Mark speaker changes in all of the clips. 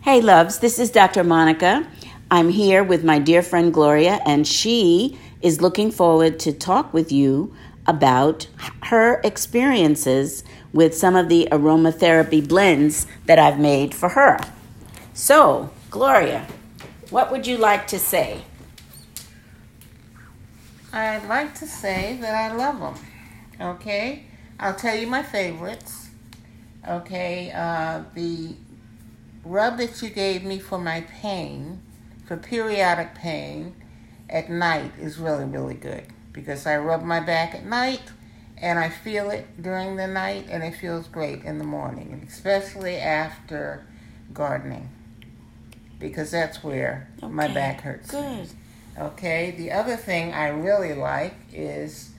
Speaker 1: Hey, loves, this is Dr. Monica. I'm here with my dear friend Gloria, and she is looking forward to talk with you about her experiences with some of the aromatherapy blends that I've made for her. So, Gloria, what would you like to say?
Speaker 2: I'd like to say that I love them. Okay, I'll tell you my favorites. Okay, uh, the rub that you gave me for my pain, for periodic pain, at night is really really good because I rub my back at night and I feel it during the night and it feels great in the morning, and especially after gardening because that's where my
Speaker 1: Okay,
Speaker 2: back hurts. me.
Speaker 1: Good.
Speaker 2: Okay, the other thing I really like is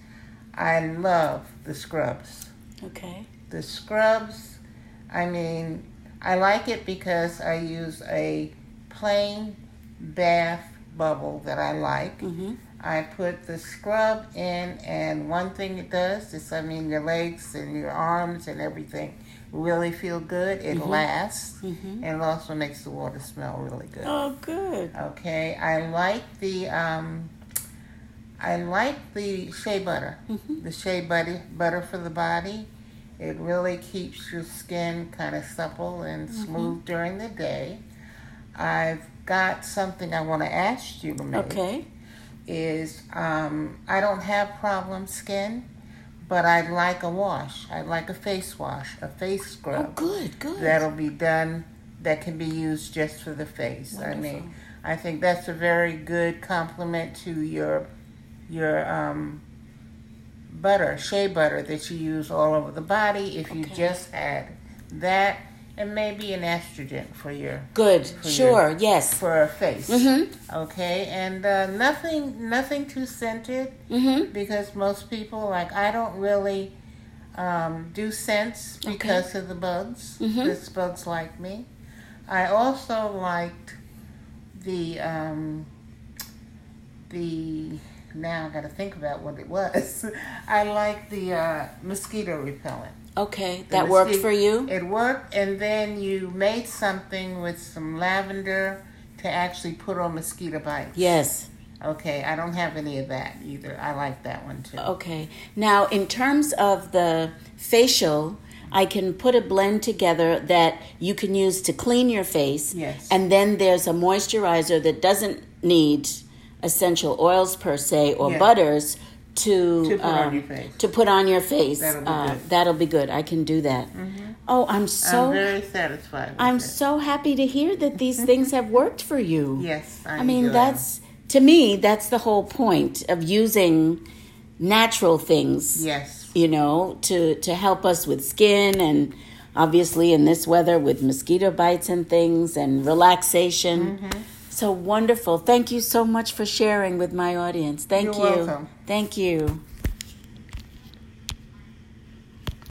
Speaker 2: I love the scrubs.
Speaker 1: Okay.
Speaker 2: The scrubs, I mean, I like it because I use a plain bath bubble that I like.
Speaker 1: Mhm.
Speaker 2: I put the scrub in, and one thing it does is, I mean, your legs and your arms and everything really feel good. It lasts,
Speaker 1: Mhm.
Speaker 2: and it also makes the water smell really good.
Speaker 1: Oh, good.
Speaker 2: Okay, I like the um, I like the shea butter. The shea butter butter for the body. It really keeps your skin kind of supple and smooth during the day. I've got something I want to ask you to make.
Speaker 1: Okay.
Speaker 2: Is um, I don't have problem skin, but I'd like a wash. I'd like a face wash, a face
Speaker 1: Oh,
Speaker 2: scrub
Speaker 1: good, good.
Speaker 2: that'll be done that can be used just for the face. I mean, I think that's a very good compliment to your your um, butter, shea butter that you use all over the body. If you
Speaker 1: Okay.
Speaker 2: just had that, and maybe an estrogen for your
Speaker 1: good.
Speaker 2: your-
Speaker 1: Sure. Yes.
Speaker 2: for a face.
Speaker 1: Mhm.
Speaker 2: Okay, and uh, nothing nothing too scented
Speaker 1: Mhm.
Speaker 2: because most people like I don't really um, do scents because of the bugs.
Speaker 1: Mm-hmm.
Speaker 2: This bugs like me. I also liked the um, the now I got to think about what it was. I like the uh, mosquito repellent.
Speaker 1: Okay.
Speaker 2: The
Speaker 1: That worked
Speaker 2: mosquito-
Speaker 1: for you.
Speaker 2: It worked, and then you made something with some lavender to actually put on mosquito bites.
Speaker 1: Yes.
Speaker 2: Okay, I don't have any of that either. I like that one too.
Speaker 1: Okay. Now, in terms of the facial, I can put a blend together that you can use to clean your face.
Speaker 2: Yes.
Speaker 1: And then there's a moisturizer that doesn't need essential oils per se or
Speaker 2: Yeah.
Speaker 1: butters to
Speaker 2: To put on
Speaker 1: um,
Speaker 2: your face.
Speaker 1: to put on your face.
Speaker 2: That'll be
Speaker 1: Uh,
Speaker 2: good. Mm-hmm.
Speaker 1: that'll be good. I can do that. Oh, I'm so
Speaker 2: I'm very satisfied. With
Speaker 1: I'm
Speaker 2: it.
Speaker 1: so happy to hear that these things have worked for you.
Speaker 2: Yes, I,
Speaker 1: I mean,
Speaker 2: enjoy
Speaker 1: that's to me, that's the whole point of using natural
Speaker 2: them.
Speaker 1: things,
Speaker 2: yes,
Speaker 1: you know, to to help us with skin and obviously in this weather with mosquito bites and things and relaxation.
Speaker 2: Mm-hmm.
Speaker 1: So wonderful. Thank you so much for sharing with my audience. Thank
Speaker 2: You're
Speaker 1: you.
Speaker 2: welcome.
Speaker 1: Thank you.